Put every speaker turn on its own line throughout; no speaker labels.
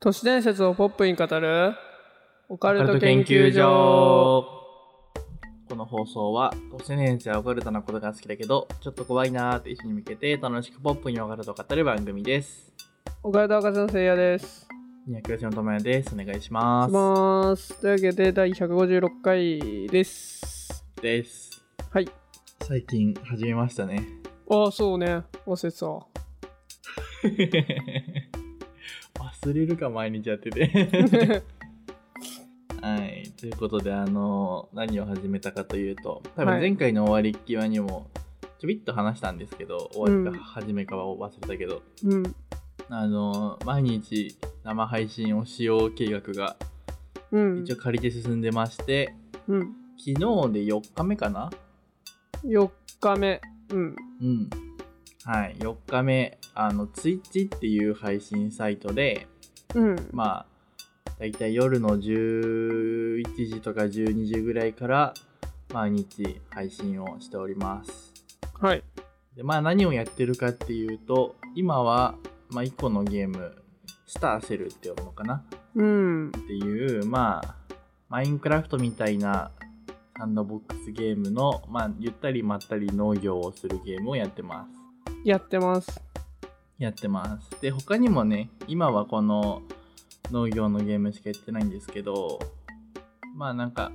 都市伝説をポップに語るオカ
オカ
ル
ル
ト
ト
研
研
究
究
所
所この放送は都市伝説やオカルトなことが好きだけどちょっと怖いなーって人に向けて楽しくポップにオカルトを語る番組です
オカルト博士のせいやです。
二百吉のともやですお願いしま
し
す
ます。というわけで第156回です。
です
はい。
最近始めましたね
ああ、そうね。忘れて た。
忘れるか毎日やってて はいということであのー何を始めたかというと多
は
分
い
前回の終わり際にもちょびっと話したんですけど終わり
うん
か始めかは忘れたけど、
うん。
あの毎日生配信をしよう計画が
うん
一応。仮で進んでまして、
うん。
昨日で4日目かな
4日目。うん。
うんはい4日目あの Twitch っていう配信サイトで
うん。
まあだいたい夜の11時とか12時ぐらいから毎日配信をしております
はい。
でまあ何をやってるかっていうと今は、まあ、1個のゲームスターセルって読むのかな
うん。
っていうまあマインクラフトみたいなハンドボックスゲームの、まあ、ゆったりまったり農業をするゲームをやってます
やってます。
やってますで他にもね今はこの農業のゲームしかやってないんですけどまあなんか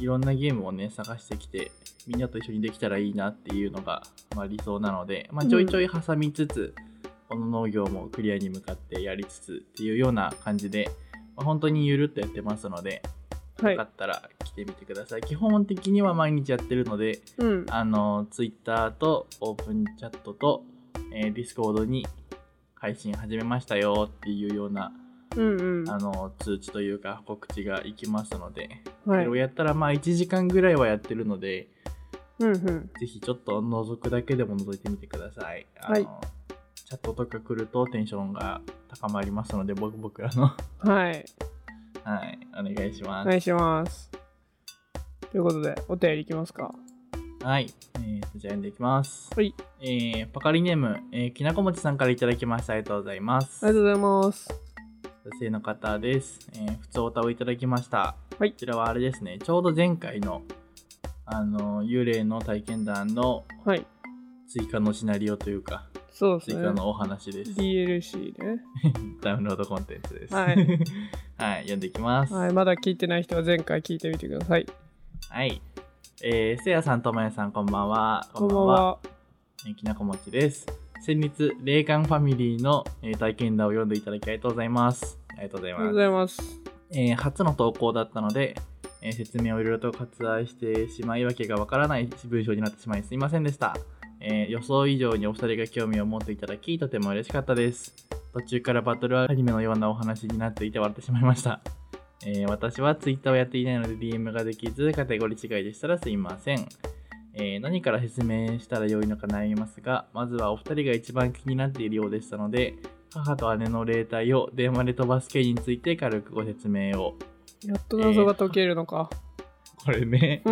いろんなゲームをね探してきてみんなと一緒にできたらいいなっていうのが、まあ、理想なので、まあ、ちょいちょい挟みつつ、この農業もクリアに向かってやりつつっていうような感じで、まあ、本当にゆるっとやってますので
は
よ
い
か。ったら来てみてください。基本的には毎日やってるので、
うん。
あの、Twitter とオープンチャットと、えー Discord に配信始めましたよっていうような、
うんうん。
あの、通知というか告知がいきますので、
は
そ
い。
れ
う
を
ん
やったらまあ1時間ぐらいはやってるので、
うん。
ぜひちょっと覗くだけでも覗いてみてください。あの
はい
チャットとか来るとテンションが高まりますので、僕僕らの、
はい。
はい、お願いします
お。願いします。ということで、お便りいきますか。
はい。えー、と、じゃあ読んでいきます。
はい。
えー、パカリネーム、えー、きなこもちさんからいただきました。ありがとうございます。
ありがとうございます。
女性の方です。えー、普通おたをいただきました。
はい
こちらはあれですね、ちょうど前回の、あの、幽霊の体験談の
はい。
追加のシナリオというか、
そうです
追
ね。
加のお話です。
DLC ね。
ダウンロードコンテンツです。
はい
はい、読んでいきます。
はい、まだ聞いてない人は前回聞いてみてください。
はい。えー、せいやさんとまやさん、こんばんは。
こんばんは。
えーきなこもちです。先日、霊感ファミリーの、えー体験談を読んでいただきありがとうございます。ありがとうござい
ありがとう
ま
ご
す。
ざいます。
えー初の投稿だったので、えー説明をいろいろと割愛してしまい、わけがわからない文章になってしまいすいませんでした。えー予想以上にお二人が興味を持っていただき、とても嬉しかったです。途中からバトルアニメのようなお話になっていて笑ってしまいました。えー私は Twitter をやっていないので DM ができず、カテゴリー違いでしたらすいません。えー何から説明したら良いのか悩みますが、まずはお二人が一番気になっているようでしたので、母と姉の霊体を電話で飛ばす件について軽くご説明を。
やっと謎が解けるのか。
これね。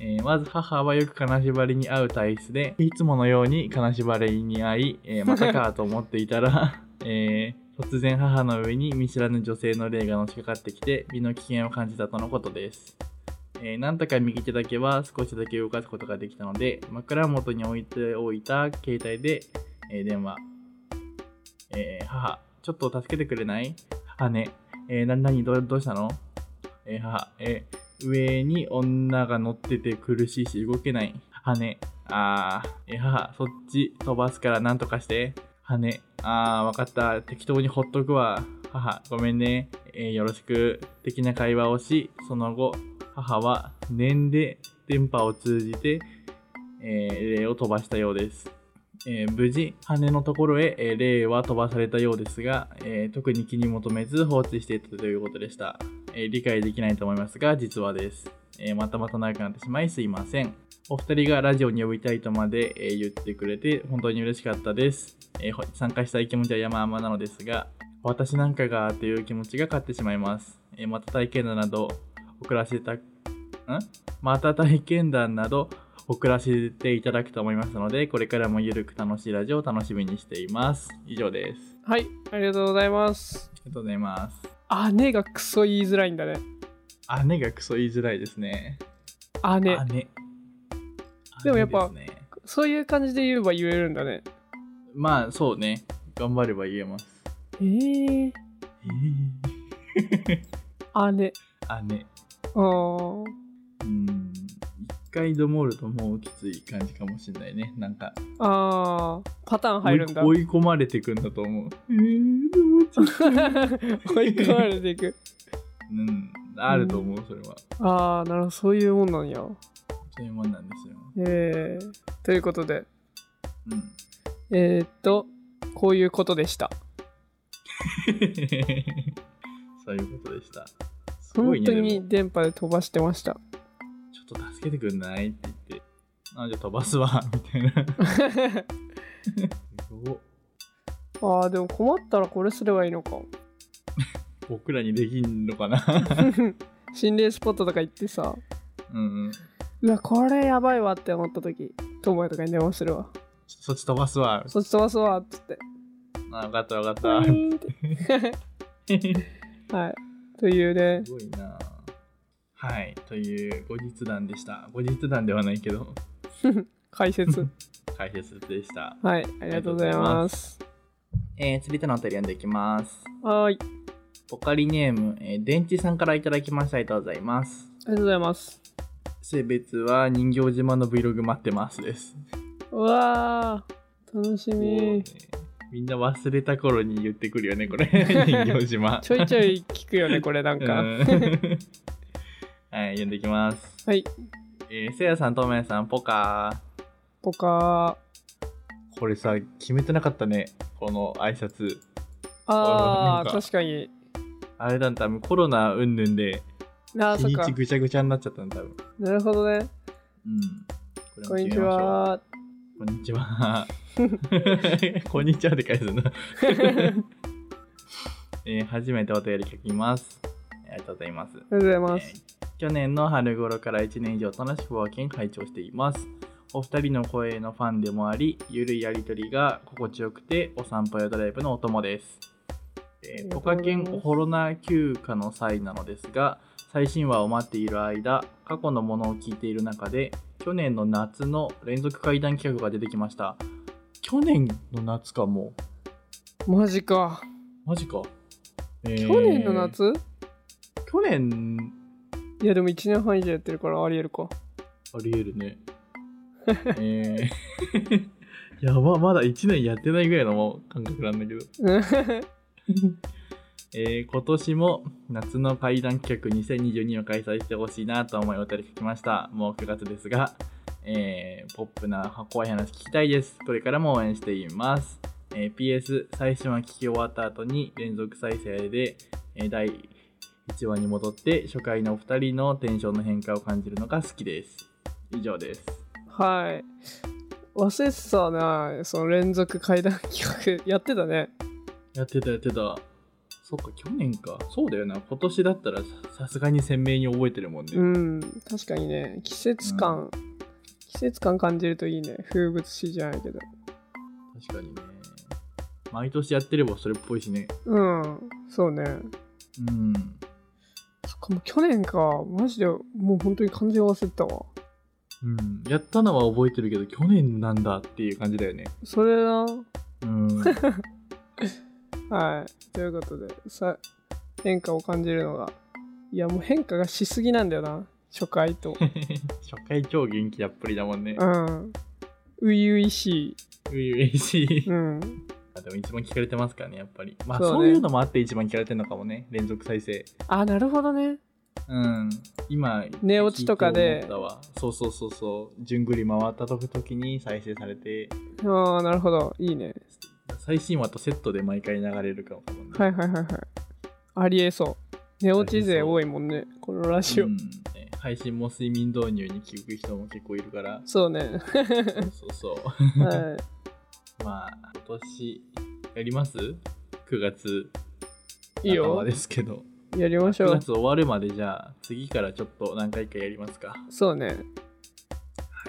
えーまず母はよく金縛りに遭う体質で、いつものように金縛りに遭い、えーまたかと思っていたら、 えー突然母の上に見知らぬ女性の霊がのしかかってきて、身の危険を感じたとのことです。えーなんとか右手だけは少しだけ動かすことができたので、枕元に置いておいた携帯で、えー電話。えー母、ちょっと助けてくれない姉、えー、な、なに、どう、どうしたのえー母、えー上に女が乗ってて苦しいし動けない。羽、あー、えー母、そっち飛ばすからなんとかして。羽、あー、わかった。適当にほっとくわ。母、ごめんね。えーよろしく。的な会話をし、その後、母は念で電波を通じて、えー霊を飛ばしたようです。えー無事、羽のところへ、えー霊は飛ばされたようですが、えー特に気に求めず放置していたということでした。えー理解できないと思いますが、実はです。えーまたまた長くなってしまいすいません。お二人がラジオに呼びたいとまで、えー言ってくれて本当に嬉しかったです、えーほ参加したい気持ちは山々なのですが、私なんかがという気持ちが勝ってしまいます。えーまた体験談など送らせた、んまた体験談など送らせていただくと思いますので、これからもゆるく楽しいラジオを楽しみにしています。以上です。
はい、ありがとうございます
あ。りがとうございます。
姉がクソ言いづらいんだね。
姉がクソ言いづらいですね。
姉。
姉。
でもやっぱ
姉ですね
そういう感じで言えば言えるんだね。
まあそうね。頑張れば言えます。
えー、姉。あー
姉。うん。一回どもるともうきつい感じかもしれないね。なんか、
あー、パターン入るんだ。
追い込まれていくんだと思う。えー、どうしよ
追い込まれていく。
ううん。あると思う、それは。
あー、なるほど、そういうもんなんや。
そういうもんなんですよ。
えー、ということで、
うん。
えー、っと、こういうことでした。
そういうことでした。すごい
本
ね、
当
でも
に電波で飛ばしてました。
ちょっと助けてくんないって言って、あ、じゃあ飛ばすわ、みた いな。すごっ
ああでも困ったらこれすればいいの か
僕らにできんのかな
心霊スポットとか行ってさ
うんうん。
うわこれやばいわって思った時友也とかに電話するわ
ちょそっち飛ばすわ。
そっち飛ばすわっつって
あ、分かった分
ウ
か
ィ
った。
ーンってはいというね
すごいなはい、という後日談でした。後日談ではないけど、
解説
解説でした。
はいありがとうございます
えー、釣り手のお便り読んでいきます。
はーいあ
ポカリネーム、えー、電池さんからいただきました。ありがとうございます。
りがとうございます
性別は人形島の Vlog 待ってますです。
うわー楽し
もう
み
ねみんな忘れた頃に言ってくるよね、 これ。人形島。
ちょいちょい聞くよねこれなん
う
か
んはい、読んでいきます。
はい
えー、せいやさん、ともやさん、ポカ
ポカ
ー。これさ、決めてなかったね、この挨拶。
ーあ
あー
ー
なんか
確かに
あれだ、多分コロナ云々で、
あー
日
そっ
に
か
ちぐちゃぐちゃになっちゃったんだ、多分。
なるほどね
うん。
こ
こ
ん
れも
にち
決めましょう。
は
こんにちは。こんにちはって 返すな。えー、初めてお便り書きます。ありがとうございます。
ありがとうございます
えー去年の春頃から1年以上楽しくワーキング拝聴していますお二人の声のファンでもありゆるいやりとりが心地よくてお散歩やドライブのお供です、えー、ポカケンコロナ休暇の際なのですが最新話を待っている間過去のものを聞いている中で去年の夏の連続怪談企画が出てきました去年の夏かも う
マジか
マジか、えー
去年の夏
去年
いやでも1年半以上やってるからありえるか
ありえる ね。えー、 やば、まだ1年やってないぐらいのもう感覚なんだけど。
うん
えー今年も夏の怪談企画2022を開催してほしいなと思いお便り書きました。もう9月ですが、えーポップな怖い話聞きたいです。これからも応援しています。えー PS、最初は聞き終わった後に連続再生で、えー第1話に戻って初回のお二人のテンションの変化を感じるのが好きです。以上です。
はい忘れてたなその連続怪談企画やってたね
やってたやってた。そっか、去年か。そうだよな。今年だったらささすがに鮮明に覚えてるもんね。
うん確かにね季節感、季節感感じるといいね風物詩じゃないけど
確かにね。毎年やってればそれっぽいしね。
うんそうね
うん。
そっかもう去年かマジでもう本当に完全忘れてたわ
うん。やったのは覚えてるけど、去年なんだっていう感じだよね。
それな
うん。
はいということでさ変化を感じるのがいやもう変化がしすぎなんだよな初回 と
初回超元気やっぷりだもんね。
うん。初々し
ういういしい
い。。うん。
あでも一番聞かれてますからね、やっぱり。まあ
そうね
そういうのもあって一番聞かれてるのかもね。連続再生。
あ、なるほどね。
うん、今
寝落ちとかで
聞いて思ったわそうそうそうそう順繰り回ったと時に再生されて
ああ、なるほど。いいね。
最新話とセットで毎回流れるかもね
はいはいはいはい。ありえそう。寝落ち勢
ありえそう
多いもんね。このラジオ。
うんね配信も睡眠導入に聞く人も結構いるから
そうね。
そうそうそ
は
うまあ今年やります ?9 月
い。いい
頭
よ
で。すけど
やりましょう
9月。終わるまでじゃあ次からちょっと何回かやりますか
そうね。
は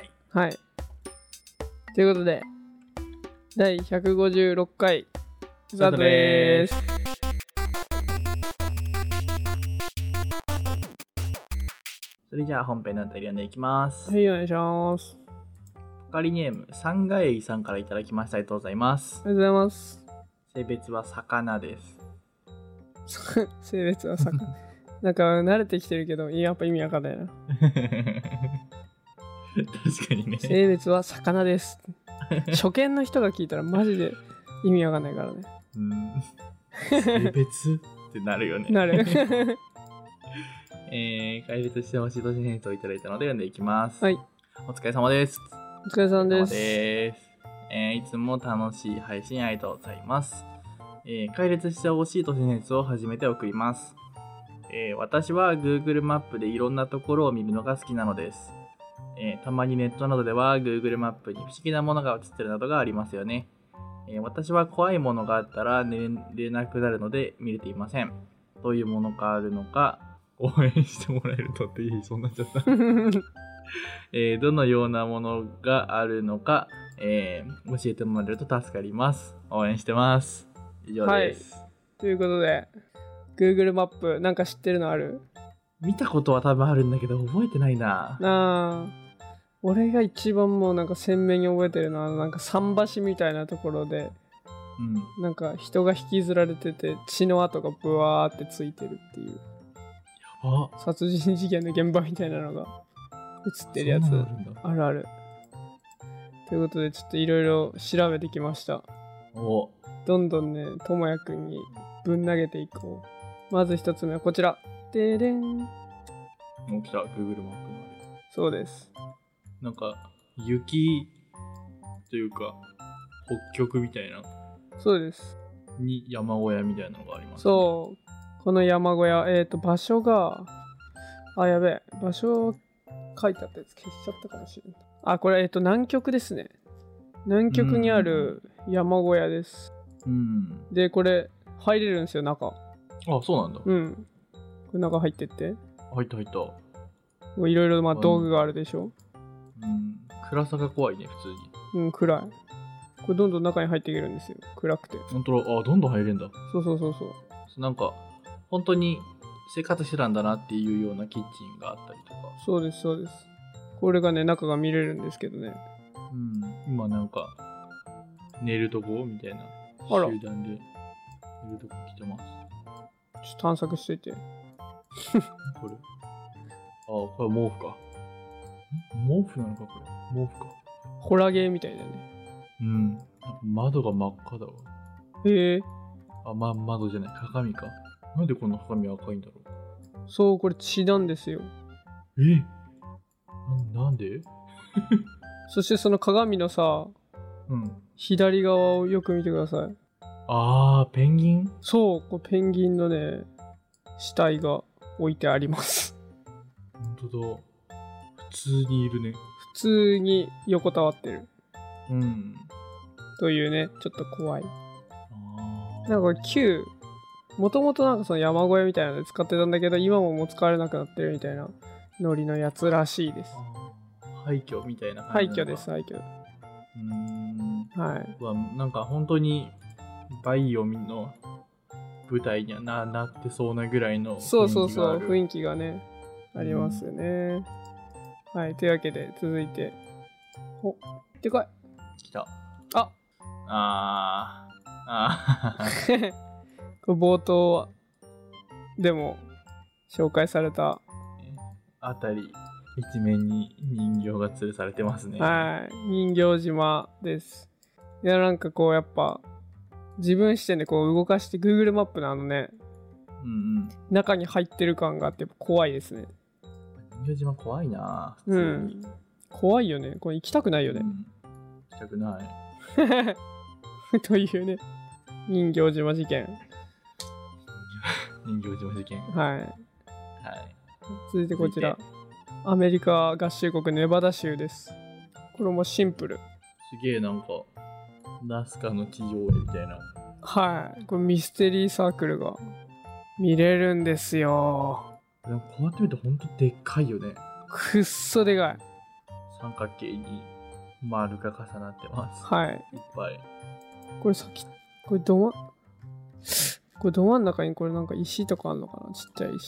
い
はい。ということで、第156回、スタートでーす。
それじゃあ本編のあたり読んでいきます。
はい、お願いします。
ポカリネーム、サンガエイさんからいただきました。ありがとうございます。
ありがとうございます。
性別は魚です。
性別はさ、なんか慣れてきてるけど、やっぱ意味わかんないな。
確かにね。
性別は魚です。初見の人が聞いたらマジで意味わかんないからね。
うん性別ってなるよね。
な る。
えー、解説してほしい都市変装をいただいたので読んでいきます。
はい。
お疲れ様です。
お疲れさんで
お疲
す。
れ様ですえーいつも楽しい配信ありがとうございます。えー、解説してほしい都市伝説を初めて送ります。えー私は Google マップでいろんなところを見るのが好きなのです。えーたまにネットなどでは Google マップに不思議なものが映ってるなどがありますよね。えー私は怖いものがあったら寝れなくなるので見れていません。どういうものがあるのか応援してもらえるとっていい、そんなっちゃった。えーどのようなものがあるのか、えー教えてもらえると助かります。応援してます。以上です。
ということで、Google マップ、なんか知ってるのある
見たことは多分あるんだけど、覚えてないな。
なあ俺が一番もうなんか鮮明に覚えてるのはあのなんか桟橋みたいなところで
うん。
なんか人が引きずられてて血の跡がブワーってついてるっていう
あ
殺人事件の現場みたいなのが映ってるやつ
そんなのあるんだ
あるあるということでちょっといろいろ調べてきました
お
どんどんねともやくんにぶん投げていこうまず一つ目はこちらででん
もう来た、Google マップのあれ。
そうです
なんか、雪というか、北極みたいな、
そうです
に山小屋みたいなのがあります、
そう、この山小屋、えっ、と、場所が、あ、やべえ、場所書いてあったやつ消しちゃったかもしれない。あ、これ、えっ、と、南極ですね。南極にある山小屋です。
う。うん。
で、これ、入れるんですよ、中。
あ、そうなんだ。
うん。これ中入ってって。
入った入った。
こういろいろ、まあ、
うん
道具があるでしょ。
うん。暗さが怖いね、普通に。
うん、暗い。これ、どんどん中に入っていけるんですよ。暗くて。
本当だ。あ、どんどん入れんだ。
そうそうそうそう。
なんか本当に生活してたんだなっていうようなキッチンがあったりとか、
そうです、そうです。これがね、中が見れるんですけどね。
うん、今なんか寝るとこみたいな集
あら
団で寝るとこ来てます
ちょっと探索しといて。
これあこれ毛布かん毛布なのかこれ毛布か
ホラゲーみたいだね。
うんなんか窓が真っ赤だわ
へえ
あ、ま、窓じゃない鏡かなんでこんな鏡赤いんだろ
そう、これ血なんですよ。
うえななんで
そしてその鏡のさ、
うん
左側をよく見てください。
あーペンギン
そう、これペンギンのね、死体が置いてあります。
本当だ普通にいるね
普通に横たわってる。
うん
というね、ちょっと怖い。
あ
なんかこ
ー
れ旧、もともとなんかその山小屋みたいなので使ってたんだけど、今ももう使われなくなってるみたいなノリのやつらしいです。
あー廃墟みたいな感
廃
じな
墟
のか
です、廃墟。
うーん
はい。
うわなんか本当にバイオの舞台にはななってそうなぐらいの
そうそうそう、
囲
雰囲気がね、ありますよね。はい、というわけで、続いて。おでかい。
気きた
あ
あーあー
これ冒頭でも紹介された、
あたり一面に人形が吊るされてますね
はい、人形島です。いや、なんかこう、やっぱ、自分視点でこう動かして、Google マップのあのね、
うん
中に入ってる感があって、怖いですね。
うん人形島怖いな普
う
通に、
ん。怖いよね。これ行きたくないよね
う。ん行きたくない
というね、人形島事件。
人形島事件は
はい。
い
続いてこちら
続
アメリカ合衆国ネバダ州ですこれもシンプル
すげえなんか、ナスカの地上絵みたいな。
はいこれミステリーサークルが見れるんですよ
でもこうやって見るとほんとでっかいよね。
くっそでかい
三角形に丸が重なってます。
はい。
いっぱい。
これ先、これどま、これど真ん中にこれなんか石とかあるのかなちっちゃい石。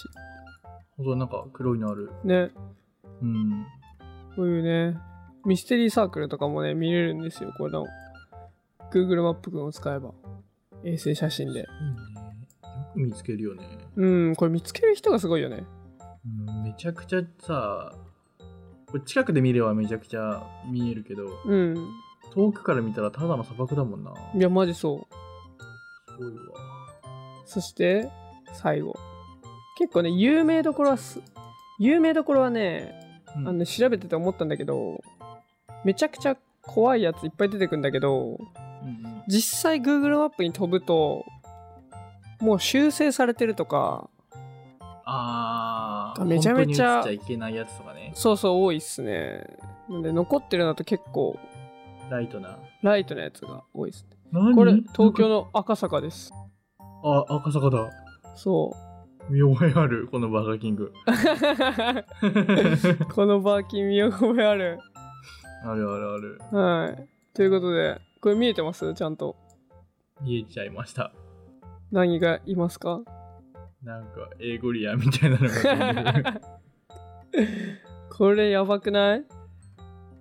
本当になんか黒いのある。
ね、
うん。
こういうね、ミステリーサークルとかもね、見れるんですよ。この Google マップ君を使えば。衛星写真で。
いいね。よく見つけるよね。
うん、これ見つける人がすごいよね。
うん、めちゃくちゃさ、これ近くで見ればめちゃくちゃ見えるけど、
うん。
遠くから見たらただの砂漠だもんな。す
いや、マジそう。
ごいわ。
そして最後結構ね有名どころはす有名どころはね
うん
あの、ね調べてて思ったんだけどめちゃくちゃ怖いやついっぱい出てくんだけど
うんうん
実際 Google マップに飛ぶともう修正されてるとか
あー
めちゃめちゃ
本当に映っちゃいけないやつとかね。
そうそう多いっすねなんで残ってるのだと結構
ライトな。
ライトなやつが多いですね
何
これ東京。の赤坂です
あ、赤坂だ。
そう
見覚えある、このバーガーキング。
このバーキン見覚えある
あるあるある。
はいということでこれ見えてますちゃんと
見えちゃいました。
何がいますか
なんか、エーゴリアみたいなのが飛 んでる。
これやばくない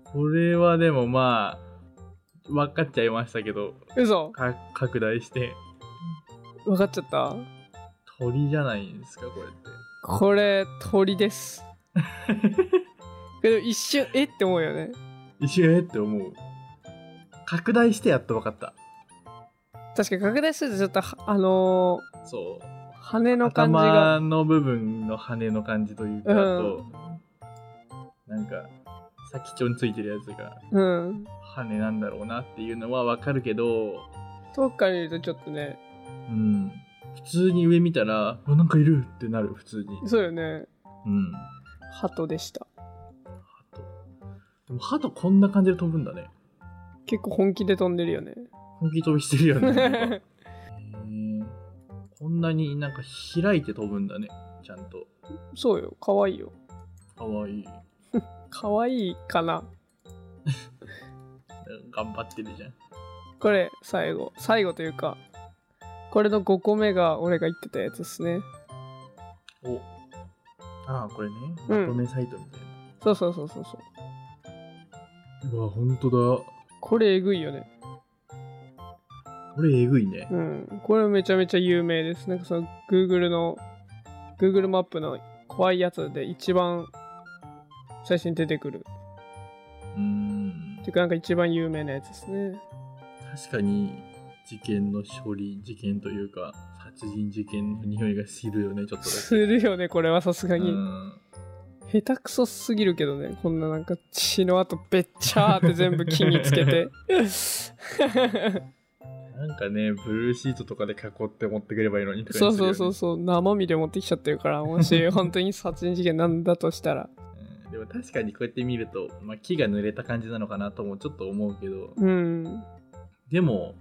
これはでもまあ、分かっちゃいましたけど、
嘘
か拡大して、
分かっちゃった
鳥じゃないんですか、これっ
これ鳥ですでも一瞬えって思うよね
て。一瞬えって思う。拡大してやっと分かった。
確かに拡大するとちょっとはあの
そう。
ー羽の感じが
頭の部分の羽の感じというか、あと、なんか、先っちょについてるやつが
うん
羽なんだろうなっていうのは分かるけど、
遠くから見るとちょっとね
うん。普通に上見たら、あ、なんかいるってなる、普通に。
そうよね
うん。
鳩でした
鳩。でも鳩こんな感じで飛ぶんだね。
結構本気で飛んでるよね、
本気飛びしてる よね。なんかへーこんなになんか開いて飛ぶんだね。ちゃんと。
そうよ可愛いよ
かわいい。
可愛いかな
頑張ってるじゃん。
これ最後最後というかこれの5個目が俺が言ってたやつですね
お。ああ、これね。
う
ま
ん
とめサイトみたいな。
そうそうそうそうそう
うわ、ほんとだ。
これえぐいよね
これえぐいね。
うんこれめちゃめちゃ有名ですなんかその Google の Google マップの怖いやつで一番最初に出てくる
うーん。
っていうかなんか一番有名なやつですね
確かに、事件の処理、事件というか、殺人事件の匂いがするよね、ちょっとだけ
するよねこれはさすがに、
うん
下手くそすぎるけどねこんななんか血の跡べっちゃーって全部木につけ て
なんかね、ブルーシートとかで囲って持ってくればいいのにとか
そうそうそう
そ
そう生身で持ってきちゃってるからもし 本当に殺人事件なんだとしたら
でも確かにこうやって見ると、まあ、木が濡れた感じなのかなともちょっと思うけど、
うん
でも、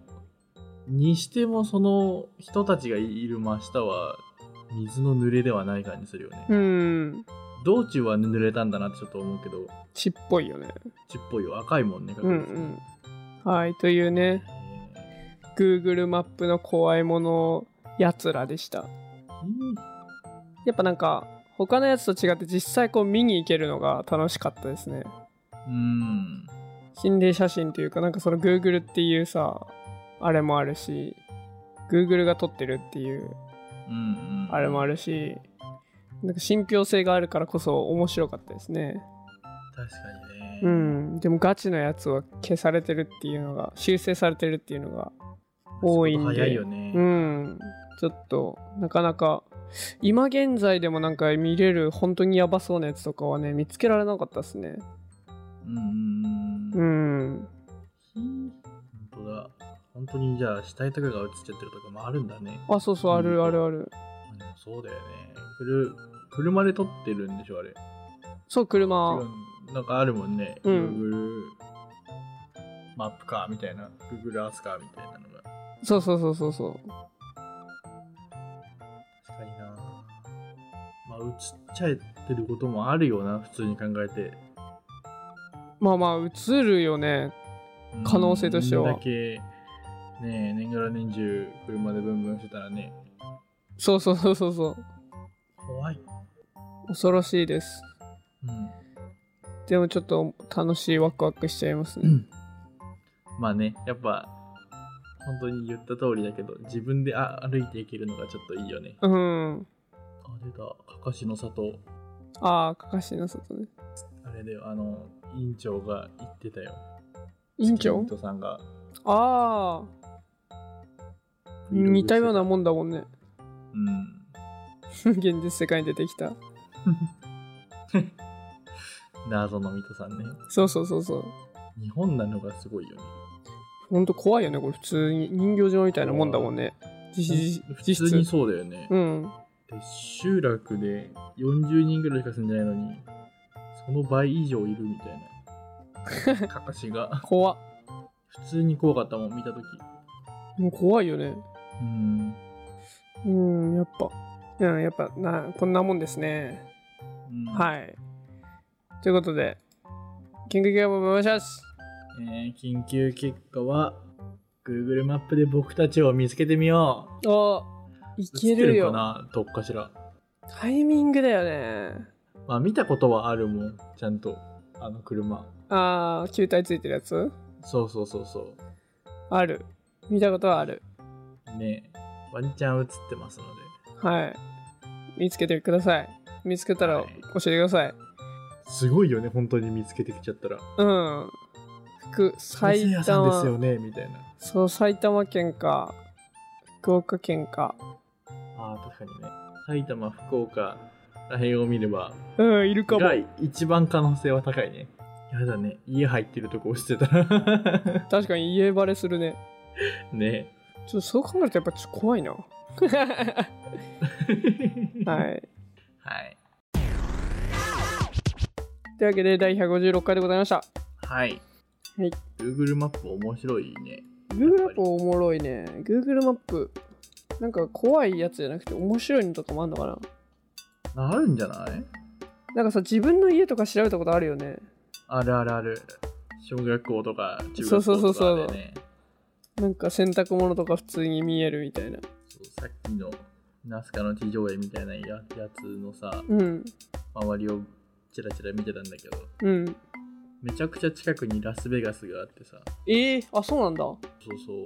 にしてもその人たちがいる真下は、水の濡れではない感じするよね。
うん
道中は濡れたんだなってちょっと思うけど、
血っぽいよね
ちっぽいよ、赤いもんね、確
う
実に
んうんはいというね
え
Google マップの怖いものやつらでした
ー
やっぱなんか他のやつと違って実際こう見に行けるのが楽しかったですね
うん。
心霊写真というかなんかその Google っていうさあれもあるし Google が撮ってるっていう
うんうん
あれもあるしなんか信憑性があるからこそ面白かったですね
確かにね。
うんでもガチのやつは消されてるっていうのが修正されてるっていうのが多いんで
仕事早いよね。
うんちょっとなかなか今現在でもなんか見れる本当にやばそうなやつとかはね見つけられなかったですね
うんう
う
んうん。
ん
本当だ。本当にじゃあ死体とかが映っちゃってるとかもあるんだね。
あそうそうあ
う
る
ん
あるある
でもそうだよね。くる車で撮ってるんでしょあれ。違
そう車
うなんかあるもんね。
うん
Google マップかみたいな。Google Earth かみたいなのが。
そうそうそうそうそう
確かにな。まあ映っちゃってることもあるよな普通に考えて。
まあまあ映るよね可能性としては
こんだけね年がら年中車でブンブンしてたらね
そうそうそうそうそう
怖い、
恐ろしいです
うん
でもちょっと楽しいワクワクしちゃいますね、
まあねやっぱ本当に言った通りだけど自分であ歩いていけるのがちょっといいよね
うん。
あ出たかかしの里
ああ、かかしなさとね。
あれだよあの委員長が言ってたよ
院
委
長
員長さんが
ああ、似たようなもんだもんね。
うん
現実世界に出てきた。
謎のミトさんね
そうそうそうそう。
日本なのがすごいよね
ほんと怖いよね、これ普通に。人形島みたいなもんだもんね。実質。
普
実
通に
質
そうだよね、
うん。
で集落で40人ぐらいしか住んでないのにその倍以上いるみたいな かかしが
怖っ
普通に怖かったもん見た時
もう怖いよね。
うん
うん、やっぱ。うん、やっぱな、こんなもんですね。
い、
はい。ということで、緊急キャブお願いします。
えー緊急結果は Google マップで僕たちを見つけてみよう
おいける
映ってか
よ。
などっかしら
タイミングだよね。
まあ見たことはあるもんちゃんとあの車
ああ、球体ついてるやつ
そうそうそうそ
ある。見たことはある。
うねワンチャン映ってますので
はい。見つけてください。見つけたら
は
教
い
えてください。
すごいよね本当に見つけてきちゃったら
うん。福、
先生
埼
屋さんですよ
玉、
ねみたいな
そう、埼玉県か、福岡県か。
あー確かにね埼玉福岡らへんを見れば
うん、いるかも
が。一番可能性は高いねやだね家入ってるとこ押してた
確かに家バレするね。
ね
ちょっとそう考えるとやっぱちょっと怖 いな。は
はい、
い。というわけで第156回でございました。
はい
はい
Google マップ面白いね
Google マップおもろいね。Google マップ。なんか怖いやつじゃなくて面白いのとかもあんのかな
あるんじゃない
なんかさ、自分の家とか調べたことあるよね。
あるあるある小学校とか中
そう
学
そうそう
校と
そう
かでね
なんか洗濯物とか普通に見えるみたいな。
そうさっきのナスカの地上絵みたいなややつのさ
うん。
周りをチラチラ見てたんだけど
うん。
めちゃくちゃ近くにラスベガスがあってさ
えー、あ、そうなんだ。
そうそうや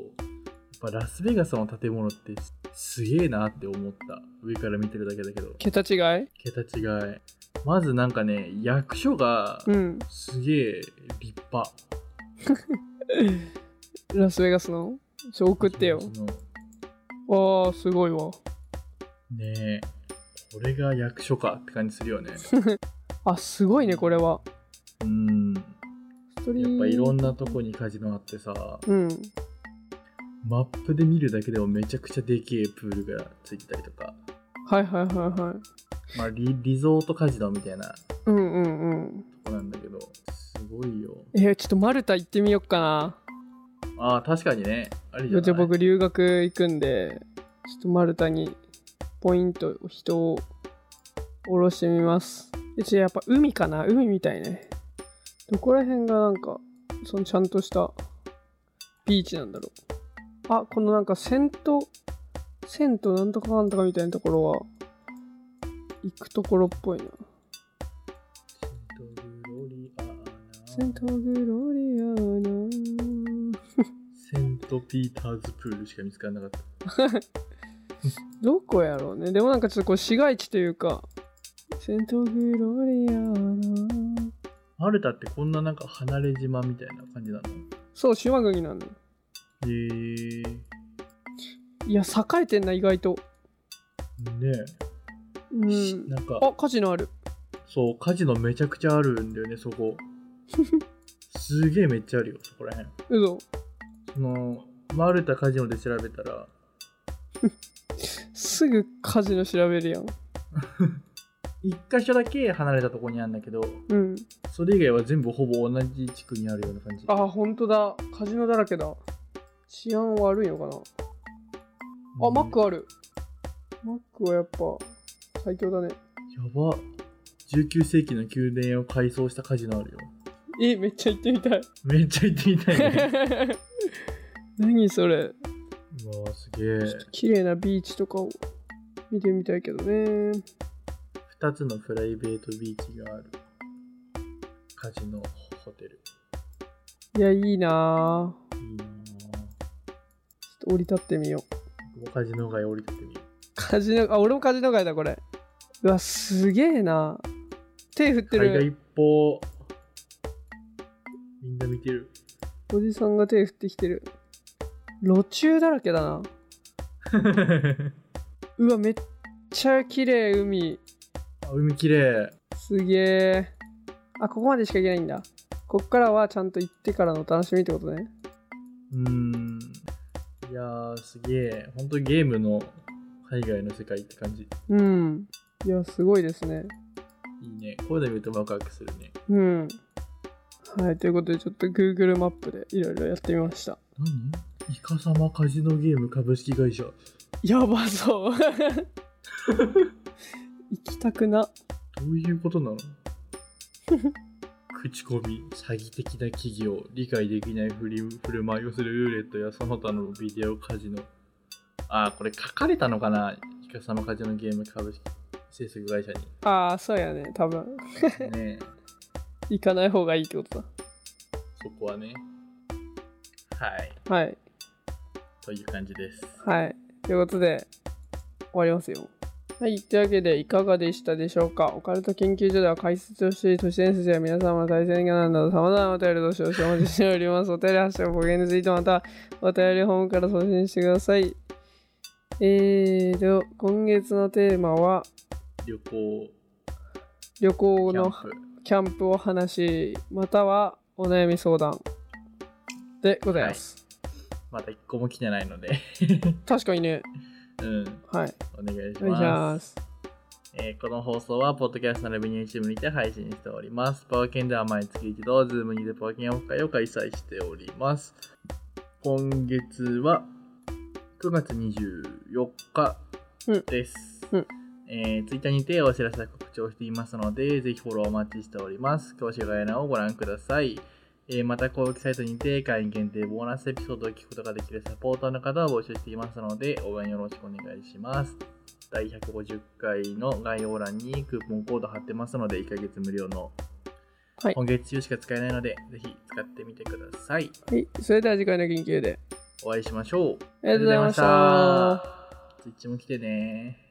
っぱラスベガスの建物ってすすげえなって思った上から見てるだけだけど
桁違い
桁違いまずなんかね役所が
うん。
すげえ立派
ラスベガスのちょ、送ってよ
そ。の
わあ、すごいわ。
ねえこれが役所かって感じする よね
あ、すごいね、これは。
うんや
ストリー
っぱいろんなとこにカジノあってさ
うん。
マップで見るだけでもめちゃくちゃでけえプールがついてたりとか、
はいはいはいはい。
まあ、リリゾートカジノみたいな
うんうんうん。
とこなんだけどすごいよ
えー、ちょっとマルタ行ってみよっかな。
ああ確かにねあれじ
じ
ゃ
ゃ
ない
あ僕留学行くんで、ちょっとマルタにポイント人を下ろしてみます。え、ちょ、やっぱ海かな海みたいね。どこら辺がなんか、そのちゃんとしたビーチなんだろう。あ、このなんかセント、セントなんとかなんとかみたいなところは、行くところっぽいな。セ
セ
ン
ント
トグロリアな。
セントピーターズプールしか見つからなかった
どこやろうね。でもなんかちょっとこう市街地というか、セントグロリアな。
マルタってこんななんか離れ島みたいな感じなの
そう、島国なんだよ。
へえ
いや、栄えてんな、意外と。
ね
う
え、
ん。
なんか
あ、カジノある。
そうカジノめちゃくちゃあるんだよねそこすげえめっちゃあるよそこらへん
うぞ。
そのマルタカジノで調べたら
すぐカジノ調べるやん。
一箇所だけ離れたとこにあるんだけど
うん。
それ以外は全部ほぼ同じ地区にあるような感じ
あ、ほんとだ。カジノだらけだ。治安悪いのかな。あ、
うん
マックある。マックはやっぱ最強だね。
やば19世紀の宮殿を改装したカジノあるよ
えめっちゃ行ってみ たい
めっちゃ行ってみた いね
何それ
うわあすげえ
綺麗なビーチとかを見てみたいけどね
2つのプライベートビーチがあるカジノホテル
いやいいなあ
いいな
ちょっと降り立ってみよう
ぁ僕もカジノ街降りてってみよ
カジノあ俺もカジノ街だこれうわすげえな手振っ
う
て
海
る
外一方みんな見 てる
おじさんが手振ってきてる路中だらけだなうわめっちゃ綺麗海
あ海きれい
すげえあここまでしか行けないんだこっからはちゃんと行ってからのお楽しみってことね
うーんいやーすげえ本当にゲームの海外の世界って感じ
うんいやすごいですね
いいねこういうの見るとワクワクするね
うんはいということでちょっと Google マップでいろいろやってみました
何イカサマカジノゲーム株式会社ど
やばそう行きたくな
ういうこ となの口コミ詐欺的な企業理解できない振り振る舞いをするルーレットやその他のビデオカジノああこれ書かれたのかなイカサマカジノゲーム株式制作会社に
ああそうやね多分
ねえ
行かない方がいいってこと
そこはねはい
だはい
という感じです
はいということで終わりますよはいというわけでいかがでしたでしょうかオカルト研究所では解説をしている都市伝説や皆様の対戦がなど様々なお便りどしどしお待ちしておりますお便り発信を語源についてまたお便りホームから送信してくださいえーと今月のテーマは
旅行
旅
キ
行
ャン
の
プ
キャンプを話し、またはお悩み相談でございます。
まだ一個も来てないので
確かにね。
うん
はい。
お願いし
お願いし
ま
ますす。
えーこの放送は、ポッドキャストのレビュー YouTube にて配信しております。パワケンでは毎月一度、ズームにてパワケンオフ会を開催しております。今月は、9月24日
うん
です。
うん
えー、Twitter にてお知らせや告知をしていますので、ぜひフォローお待ちしております。教師がやなをご覧ください。えーまた、公式サイトにて会員限定ボーナスエピソードを聞くことができるサポーターの方を募集していますので、応援よろしくお願いします。第150回の概要欄にクーポンコード貼ってますので、1ヶ月無料の
はい
今月中しか使えないので、ぜひ使ってみてください。
はい。それでは次回の研究で。
お会いしましょう。
ありがとうございました。
ツイッチも来てね